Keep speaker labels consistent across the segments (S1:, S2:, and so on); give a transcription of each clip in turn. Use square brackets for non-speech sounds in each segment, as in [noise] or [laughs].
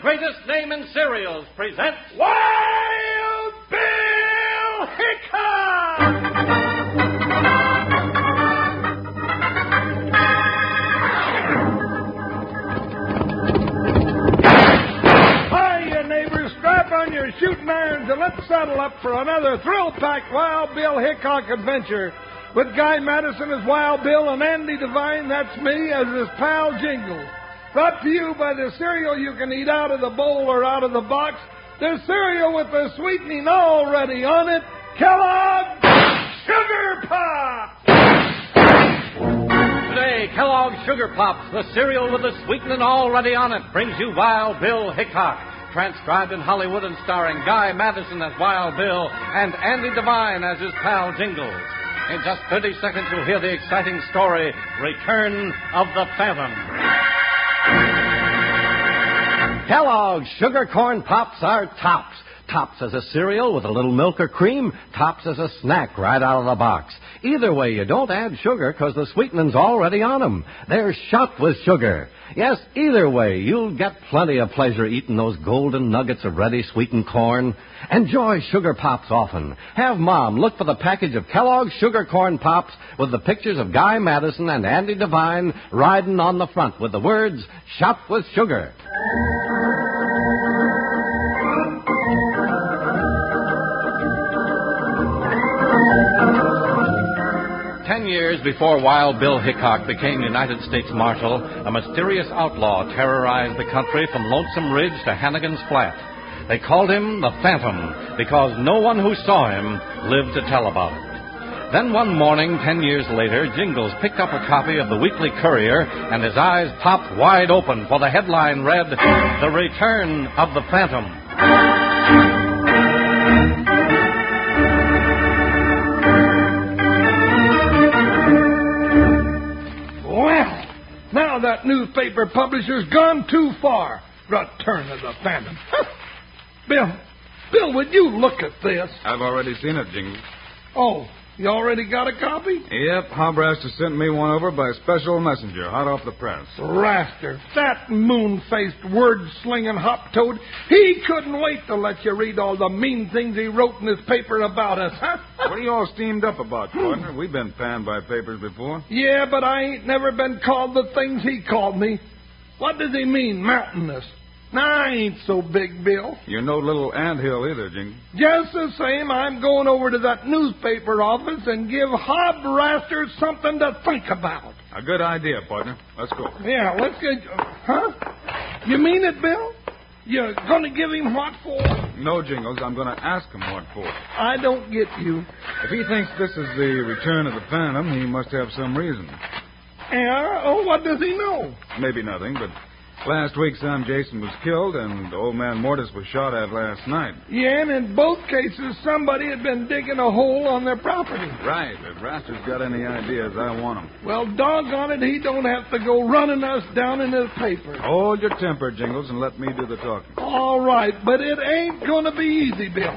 S1: greatest name in cereals presents
S2: Wild Bill Hickok! Hiya, neighbors. Strap on your shooting irons and let's saddle up for another thrill-packed Wild Bill Hickok adventure. With Guy Madison as Wild Bill and Andy Devine, that's me, as his pal Jingle. Brought to you by the cereal you can eat out of the bowl or out of the box. The cereal with the sweetening already on it. Kellogg's Sugar Pop!
S1: Today, Kellogg's Sugar Pops, the cereal with the sweetening already on it, brings you Wild Bill Hickok, transcribed in Hollywood and starring Guy Madison as Wild Bill and Andy Devine as his pal Jingles. In just 30 seconds, you'll hear the exciting story, Return of the Phantom. Kellogg's Sugar Corn Pops are tops. Tops as a cereal with a little milk or cream, tops as a snack right out of the box. Either way, you don't add sugar because the sweetening's already on 'em. They're shot with sugar. Yes, either way, you'll get plenty of pleasure eating those golden nuggets of ready sweetened corn. Enjoy sugar pops often. Have Mom look for the package of Kellogg's Sugar Corn Pops with the pictures of Guy Madison and Andy Devine riding on the front with the words, shot with sugar. Ten years before Wild Bill Hickok became United States Marshal, a mysterious outlaw terrorized the country from Lonesome Ridge to Hannigan's Flat. They called him the Phantom because no one who saw him lived to tell about it. Then one morning, ten years later, Jingles picked up a copy of the Weekly Courier and his eyes popped wide open, for the headline read, The Return of the Phantom.
S2: Well, now that newspaper publisher's gone too far. Return of the Phantom. [laughs] Bill, Bill, would you look at this?
S3: I've already seen it, Jingles.
S2: Oh, you already got a copy?
S3: Yep, Hobraster sent me one over by special messenger, hot off the press.
S2: Raster, that moon faced, word slinging hop toad, he couldn't wait to let you read all the mean things he wrote in his paper about us, huh? [laughs]
S3: What are you all steamed up about, partner? We've been panned by papers before.
S2: yeah, but I ain't never been called the things he called me. What does he mean, mountainous? Nah, I ain't so big, Bill.
S3: You're no little anthill either, Jingles.
S2: Just the same, I'm going over to that newspaper office and give Hob Raster something to think about.
S3: A good idea, partner. Let's go.
S2: Yeah, let's get. Huh? You mean it, Bill? You're going to give him what for?
S3: No, Jingles, I'm going to ask him what for.
S2: I don't get you.
S3: If he thinks this is the return of the Phantom, he must have some reason.
S2: Yeah? Oh, what does he know?
S3: Maybe nothing, but last week Sam Jason was killed and old man Mortis was shot at last night.
S2: Yeah, and in both cases, somebody had been digging a hole on their property.
S3: Right. If Raster's got any ideas, I want 'em.
S2: Well, doggone it, he don't have to go running us down in his paper.
S3: Hold your temper, Jingles, and let me do the talking.
S2: All right, but it ain't going to be easy, Bill.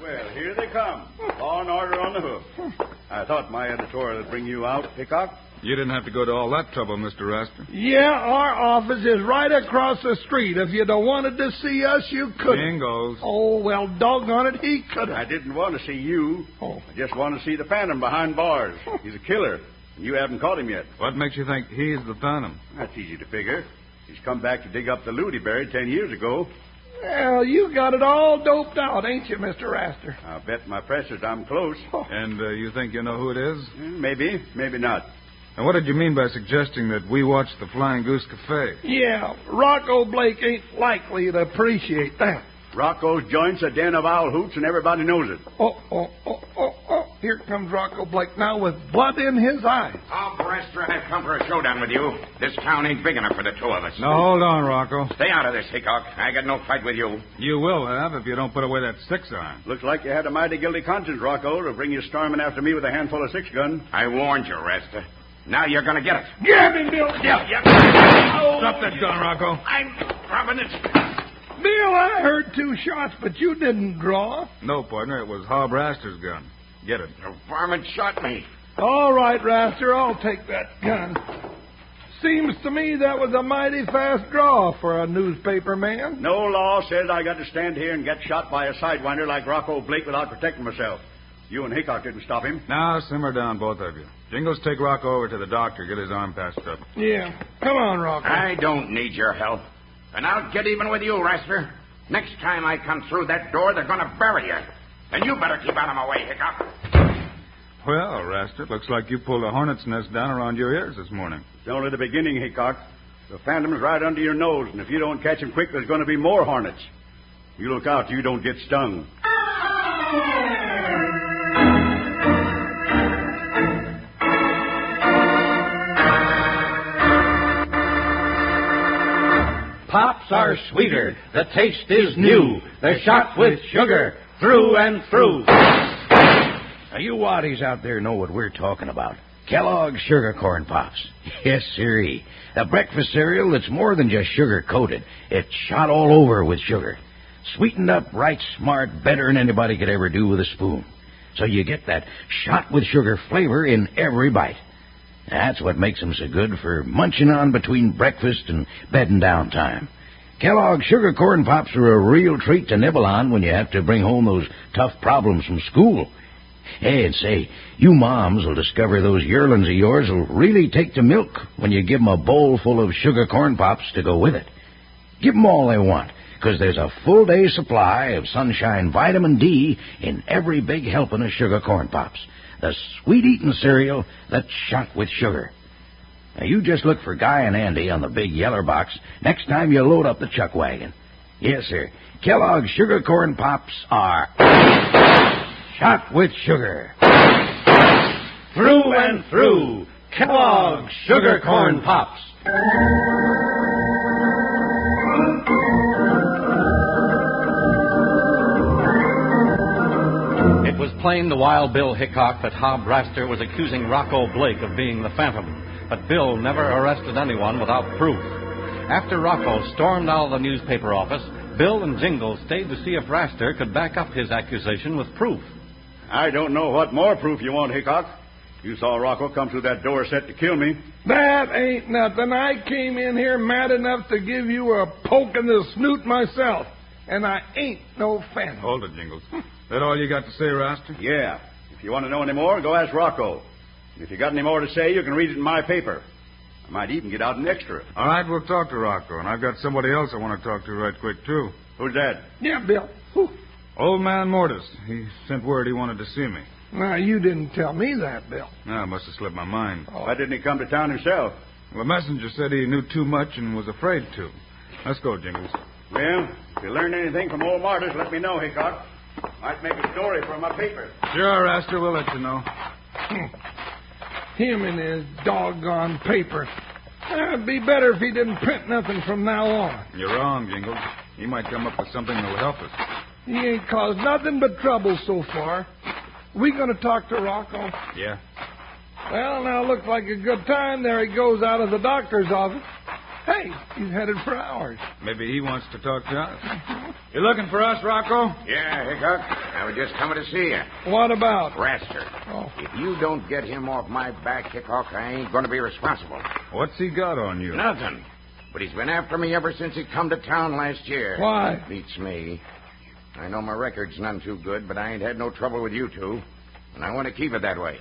S4: Well, here they come. Law and order on the hoof. I thought my editorial would bring you out, Hickok.
S3: You didn't have to go to all that trouble, Mr. Raster.
S2: Yeah, our office is right across the street. If you'd have wanted to see us, you couldn't.
S3: Jingles.
S2: Oh, well, doggone it, he could
S4: I
S2: have.
S4: didn't want to see you.
S2: Oh.
S4: I just want to see the phantom behind bars. He's a killer. and You haven't caught him yet.
S3: What makes you think he's the Phantom?
S4: That's easy to figure. He's come back to dig up the loot he buried ten years ago.
S2: Well, you got it all doped out, ain't you, Mr. Raster?
S4: I'll bet my presses I'm close. Hmm,
S3: And uh, you think you know who it is?
S4: Maybe, maybe not.
S3: And what did you mean by suggesting that we watch the Flying Goose Cafe?
S2: Yeah, Rocco Blake ain't likely to appreciate that.
S4: Rocco's joint's a den of owl hoots, and everybody knows it.
S2: Oh, oh, oh, oh, oh. Here comes Rocco Blake now with blood in his eye.
S5: Bob Brester and I've come for a showdown with you. This town ain't big enough for the two of us.
S3: Now, hold on, Rocco.
S5: Stay out of this, Hickok. I got no fight with you.
S3: You will have if you don't put away that six iron.
S4: Looks like you had a mighty guilty conscience, Rocco, to bring you storming after me with a handful of six gun.
S5: I warned you, Rester. Now you're gonna get it.
S2: Grab him, Bill.
S5: Yeah, yeah.
S3: Stop that gun, Rocco.
S5: I'm dropping it.
S2: Bill, I heard two shots, but you didn't draw.
S3: No, partner, it was Hob Raster's gun. Get it.
S5: The varmint shot me.
S2: All right, Raster, I'll take that gun. Seems to me that was a mighty fast draw for a newspaper man.
S4: No law says I got to stand here and get shot by a sidewinder like Rocco Blake without protecting myself. You and Hickok didn't stop him.
S3: Now, simmer down, both of you. Jingles, take Rocco over to the doctor. Get his arm patched up.
S2: Yeah. Come on, Rocco.
S5: I don't need your help. And I'll get even with you, Rasper. Next time I come through that door, they're going to bury you. And you better keep out of my way, Hickok.
S3: Well, Raster, it looks like you pulled a hornet's nest down around your ears this morning.
S4: It's only the beginning, Hickok. The phantom's right under your nose, and if you don't catch him quick, there's going to be more hornets. You look out, you don't get stung.
S1: Pops are sweeter. The taste is new. They're shot with sugar through and through.
S6: Now, you waddies out there know what we're talking about. Kellogg's Sugar Corn Pops. [laughs] Yes, sirree. A breakfast cereal that's more than just sugar coated. It's shot all over with sugar. Sweetened up right smart, better than anybody could ever do with a spoon. So you get that shot with sugar flavor in every bite. That's what makes 'em so good for munching on between breakfast and bedding down time. Kellogg's Sugar Corn Pops are a real treat to nibble on when you have to bring home those tough problems from school. Hey, and say, you moms will discover those yearlings of yours will really take to milk when you give 'em a bowl full of sugar corn pops to go with it. Give 'em all they want, 'cause there's a full day supply of sunshine vitamin D in every big helping of sugar corn pops. The sweet eating cereal that's shot with sugar. Now, you just look for Guy and Andy on the big yeller box next time you load up the chuck wagon. Yes, sir. Kellogg's sugar corn pops are shot with sugar.
S1: Through and through. Kellogg's Sugar Corn Pops. It was plain to Wild Bill Hickok that Hob Raster was accusing Rocco Blake of being the Phantom, but Bill never arrested anyone without proof. After Rocco stormed out of the newspaper office, Bill and Jingles stayed to see if Raster could back up his accusation with proof.
S4: I don't know what more proof you want, Hickok. You saw Rocco come through that door set to kill me.
S2: That ain't nothing. I came in here mad enough to give you a poke in the snoot myself. And I ain't no fan.
S3: Hold it, Jingles. that all you got to say, Raster?
S4: Yeah. If you want to know any more, go ask Rocco. And if you got any more to say, you can read it in my paper. I might even get out an extra.
S3: All right, we'll talk to Rocco, and I've got somebody else I want to talk to right quick, too.
S4: Who's that?
S2: Yeah, Bill. Whew.
S3: Old man Mortis. He sent word he wanted to see me.
S2: Now, you didn't tell me that, Bill.
S3: Now, it must have slipped my mind.
S4: Why didn't he come to town himself?
S3: Well, the messenger said he knew too much and was afraid to. Let's go, Jingles.
S4: Well, if you learn anything from old martyrs, let me know, Hickok. Might make a story for my paper.
S3: Sure, Raster, we'll let you know.
S2: Him and his doggone paper. It'd be better if he didn't print nothing from now on.
S3: You're wrong, Jingles. He might come up with something that'll help us.
S2: He ain't caused nothing but trouble so far. We gonna talk to Rocco?
S3: Yeah.
S2: Well, now looks like a good time. There he goes out of the doctor's office. Hey, he's headed for ours.
S3: Maybe he wants to talk to us. You looking for us, Rocco?
S5: Yeah, Hickok. I was just coming to see you.
S2: What about?
S5: Raster.
S2: Oh,
S5: If you don't get him off my back, Hickok, I ain't going to be responsible.
S3: What's he got on you?
S5: Nothing. But he's been after me ever since he come to town last year.
S2: Why?
S5: Beats me. I know my record's none too good, but I ain't had no trouble with you two. And I want to keep it that way.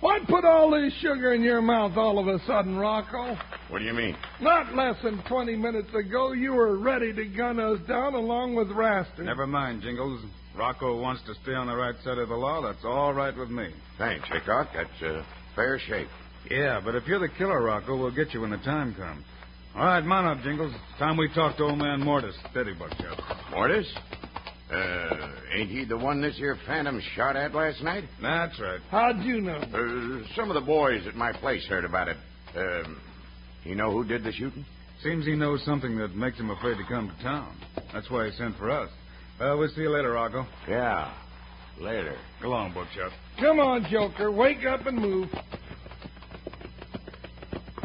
S2: why put all this sugar in your mouth all of a sudden, Rocco?
S5: What do you mean?
S2: Not less than 20 minutes ago, you were ready to gun us down along with Raster.
S3: Never mind, Jingles. Rocco wants to stay on the right side of the law. That's all right with me.
S5: Thanks, Hickok. That's a fair shake.
S3: Yeah, but if you're the killer, Rocco, we'll get you when the time comes. All right, mount up, Jingles. It's time we talk to old man Mortis. Steady, Buckshot.
S5: Mortis? Uh, ain't he the one this here Phantom shot at last night?
S3: That's right.
S2: How'd you know?
S5: Uh, some of the boys at my place heard about it. Um, you know who did the shooting?
S3: Seems he knows something that makes him afraid to come to town. That's why he sent for us. Uh, we'll see you later, Rocco.
S5: Yeah. Later.
S3: Go along, Buckshot.
S2: Come on, Joker. Wake up and move.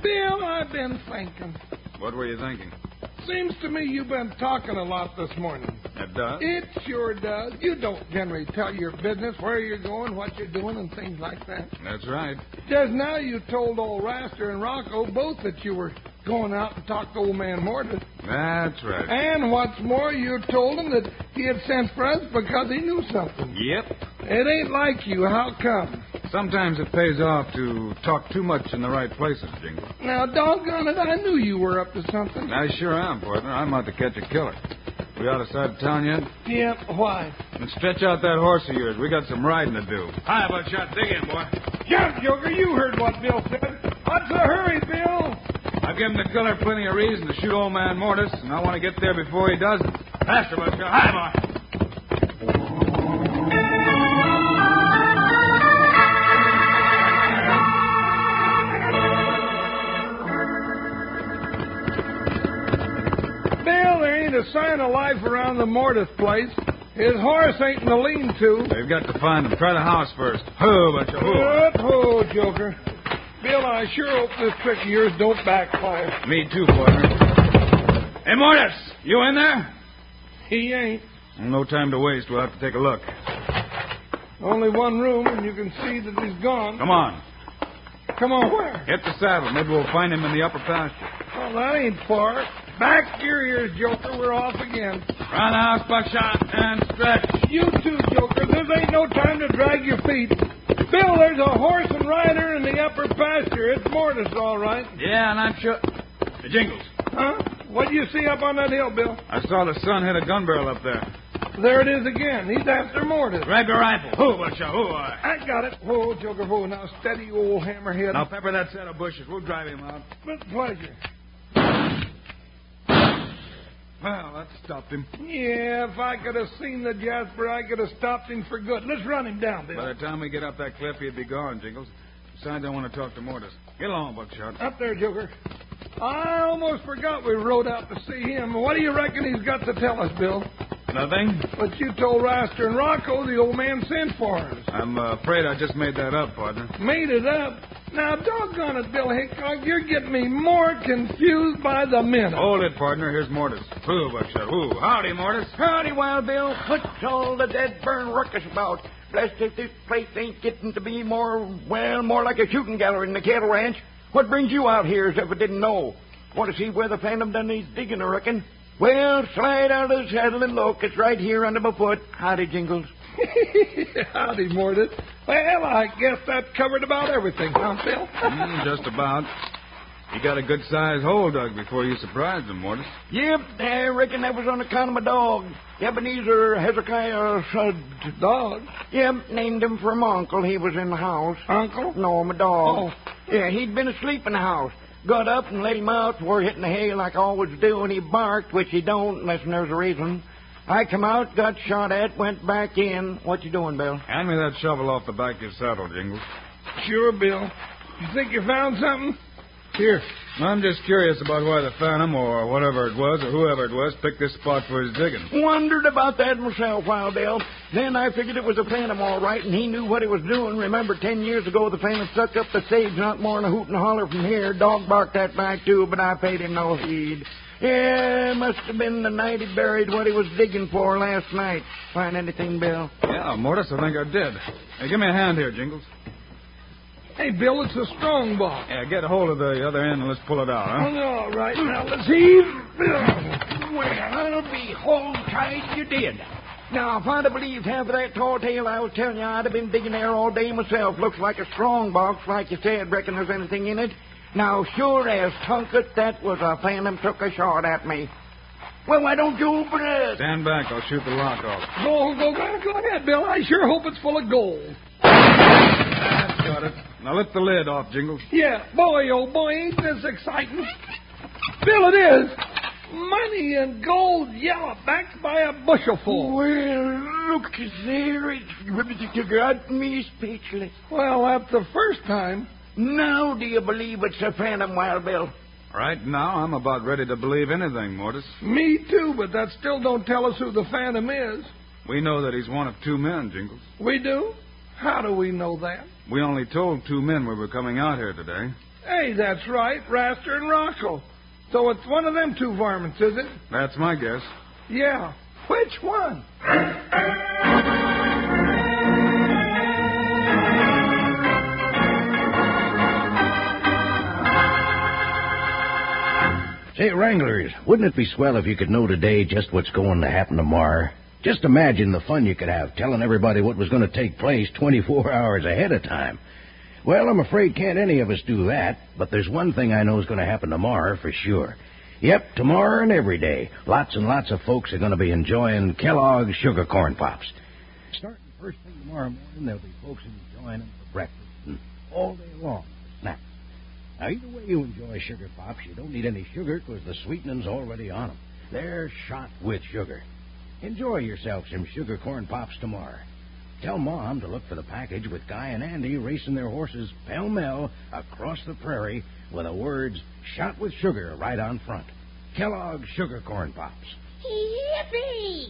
S2: Bill, I've been thinking.
S3: What were you thinking?
S2: Seems to me you've been talking a lot this morning.
S3: That does?
S2: It sure does. You don't generally tell your business where you're going, what you're doing, and things like that.
S3: That's right.
S2: Just now you told old Raster and Rocco both that you were going out and talked to old man Mortis.
S3: That's right.
S2: And what's more, you told him that he had sent for us because he knew something.
S3: Yep.
S2: It ain't like you. How come?
S3: Sometimes it pays off to talk too much in the right places, Jingle.
S2: Now, doggone it, I knew you were up to something.
S3: I sure am, partner. I'm out to catch a killer. We ought to start town yet?
S2: Yep, why?
S3: And stretch out that horse of yours. We got some riding to do. Hi, about shot. Dig in, boy.
S2: Jump, Joker, you heard what Bill said. What's the hurry, Bill?
S3: I've given the killer plenty of reason to shoot old man Mortis, and I want to get there before he does it. Faster, Buster. Hi, boy.
S2: Bill, there ain't a sign of life around the Mortis place. His horse ain't in the lean-to.
S3: They've got to find him. Try the house first. Ho, Buster. Ho.
S2: Good ho, Joker. Bill, I sure hope this trick of yours don't backfire.
S3: Me too, partner. Hey, Mortis. You in there?
S2: He ain't.
S3: No time to waste. We'll have to take a look.
S2: Only one room, and you can see that he's gone.
S3: Come on.
S2: Come on, where?
S3: Hit the saddle. Maybe we'll find him in the upper pasture.
S2: Well, that ain't far. Back your ears, Joker. We're off again.
S3: Round house, buckshot, and stretch.
S2: You too, Joker. This ain't no time to drag your feet. Bill, there's a horse and rider in the upper pasture. It's Mortis, all right.
S3: Yeah, and I'm sure. The jingles.
S2: Huh? What do you see up on that hill, Bill?
S3: I saw the sun hit a gun barrel up there.
S2: There it is again. He's after Mortis.
S3: Grab your rifle. Who, buckshot? Who? Uh,
S2: I got it. Whoa, Joker, whoa. Now steady, you old hammerhead.
S3: now pepper that set of bushes. We'll drive him out.
S2: With pleasure.
S3: Well, that stopped him.
S2: Yeah, if I could have seen the Jasper, I could have stopped him for good. Let's run him down, Bill.
S3: By the time we get up that cliff, he'd be gone, Jingles. Besides, I want to talk to Mortis. Get along, Buckshot.
S2: Up there, Joker. I almost forgot we rode out to see him. What do you reckon he's got to tell us, Bill?
S3: Nothing?
S2: But you told Raster and Rocco the old man sent for us.
S3: I'm uh, afraid I just made that up, partner.
S2: Made it up. Now, doggone it, Bill Hickok, you're getting me more confused by the minute.
S3: Hold it, partner. Here's Mortis. Who, Buckshot? Who? Howdy, Mortis.
S5: Howdy, Wild Bill. What's all the dead burn ruckus about? Blessed if this place ain't getting to be more, well, more like a shooting gallery than a cattle ranch. What brings you out here as if I didn't know? Want to see where the phantom done these digging, I reckon. Well, slide out of the saddle and look. It's right here under my foot. Howdy, Jingles.
S2: [laughs] Howdy, Mortis. Well, I guess that covered about everything, huh, Bill?
S3: Mm, just about. You got a good sized hole dug before you surprised him, Mortis.
S5: Yep, I reckon that was on account of my dog. Ebenezer Hezekiah uh,
S2: Dog,
S5: Yep, named him for my uncle. He was in the house.
S2: Uncle? Oh,
S5: No, my dog. Yeah, he'd been asleep in the house. Got up and let him out for hitting the hay like I always do, and he barked, which he don't unless there's a reason. I come out, got shot at, went back in. What you doing, Bill?
S3: Hand me that shovel off the back of your saddle, Jingles.
S2: Sure, Bill. You think you found something?
S3: Here. I'm just curious about why the Phantom, or whatever it was, or whoever it was, picked this spot for his digging.
S5: Wondered about that myself, Wild Bill. Then I figured it was a phantom, all right, and he knew what he was doing. Remember, ten years ago, the phantom stuck up the sage not more than a hoot and holler from here. Dog barked that night, too, but I paid him no heed. Yeah, must have been the night he buried what he was digging for last night. Find anything, Bill?
S3: Yeah, Mortis, I think I did. Hey, give me a hand here, Jingles.
S2: Hey, Bill, it's a strong box. Oh,
S3: Yeah, get a hold of the other end and let's pull it out, huh?
S2: All right, now let's heave.
S5: Well, behold, tight you did. Now, if I'd have believed half of that tall tale I was telling you, I'd have been digging there all day myself. Looks like a strong box, like you said. Reckon there's anything in it? Now, sure as Tunket, that was a phantom took a shot at me. Well, why don't you open it?
S3: Stand back. I'll shoot the lock off.
S2: Go, go, go, go ahead, Bill. I sure hope it's full of gold.
S3: That's got it. Now lift the lid off, Jingles.
S2: Yeah, boy, oh boy, ain't this exciting? Bill, it is. Money and gold, yellow, backed by a bushelful.
S5: Well, look there. It's you got me speechless.
S2: Well, that's the first time.
S5: Now, do you believe it's a phantom, Wild Bill?
S3: Right now, I'm about ready to believe anything, Mortis.
S2: Me too, but that still don't tell us who the phantom is.
S3: We know that he's one of two men, Jingles.
S2: We do? How do we know that?
S3: We only told two men we were coming out here today.
S2: Hey, that's right, Raster and Rocco. So it's one of them two varmints, is it?
S3: That's my guess.
S2: Yeah. Which one?
S6: Say, Wranglers, wouldn't it be swell if you could know today just what's going to happen tomorrow? Just imagine the fun you could have telling everybody what was going to take place 24 [laughs] hours ahead of time. Well, I'm afraid can't any of us do that, but there's one thing I know is going to happen tomorrow for sure. Yep, tomorrow and every day, lots and lots of folks are going to be enjoying Kellogg's Sugar Corn Pops. Starting first thing tomorrow morning, there'll be folks enjoying them for breakfast and all day long for snacks. Now, either way you enjoy sugar pops, you don't need any sugar 'cause the sweetening's already on 'em. They're shot with sugar. Enjoy yourself some sugar corn pops tomorrow. Tell Mom to look for the package with Guy and Andy racing their horses pell mell across the prairie with the words shot with sugar right on front. Kellogg's Sugar Corn Pops.
S7: Yippee!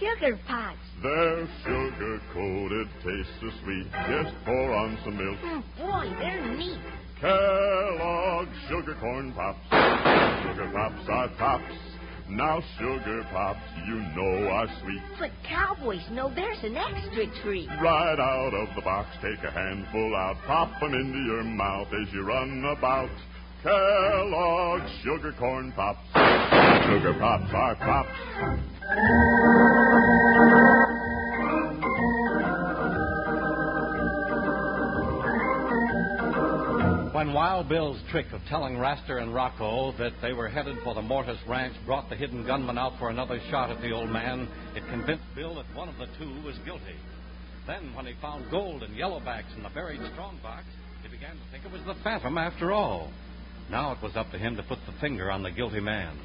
S7: Sugar pots.
S8: They're sugar coated, taste so sweet. Just pour on some milk.
S7: Mm, boy, they're neat.
S8: Kellogg's sugar corn pops. Sugar pops are pops. Now sugar pops, you know are sweet.
S7: But cowboys know there's an extra treat.
S8: Right out of the box, take a handful out, pop 'em into your mouth as you run about. Kellogg's sugar corn pops. Sugar pops are pops.
S1: When Wild Bill's trick of telling Raster and Rocco that they were headed for the Mortis Ranch brought the hidden gunman out for another shot at the old man, it convinced Bill that one of the two was guilty. Then, when he found gold and yellowbacks in the buried strongbox, he began to think it was the Phantom after all. Now it was up to him to put the finger on the guilty man.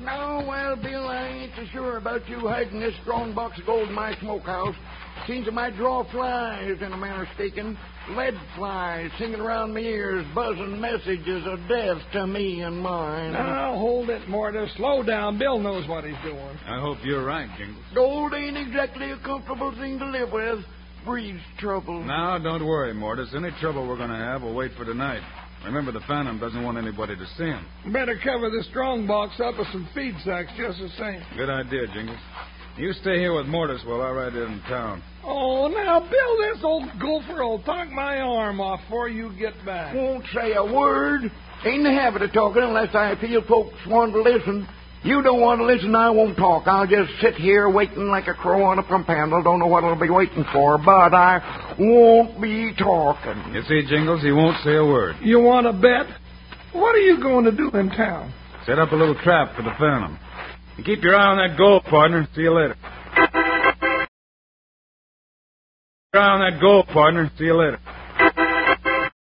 S5: No, well, Bill, I ain't so sure about you hiding this strong box of gold in my smokehouse. Seems it might draw flies, in a manner speaking. Lead flies singing around my ears, buzzing messages of death to me and mine.
S2: Now, hold it, Mortis. Slow down. Bill knows what he's doing.
S3: I hope you're right, Jingles.
S5: Gold ain't exactly a comfortable thing to live with. Breeds trouble.
S3: Now, don't worry, Mortis. Any trouble we're going to have will wait for tonight. Remember, the Phantom doesn't want anybody to see him.
S2: Better cover the strong box up with some feed sacks just the same.
S3: Good idea, Jingles. You stay here with Mortis while I ride in town.
S2: Oh, now, Bill, this old gopher will talk my arm off before you get back.
S5: Won't say a word. Ain't in the habit of talking unless I feel folks want to listen. You don't want to listen, I won't talk. I'll just sit here waiting like a crow on a pump handle. Don't know what I'll be waiting for, but I won't be talking.
S3: You see, Jingles, he won't say a word.
S2: You want to bet? What are you going to do in town?
S3: Set up a little trap for the Phantom. And keep your eye on that gold, partner. See you later. Keep your eye on that gold, partner. See you later.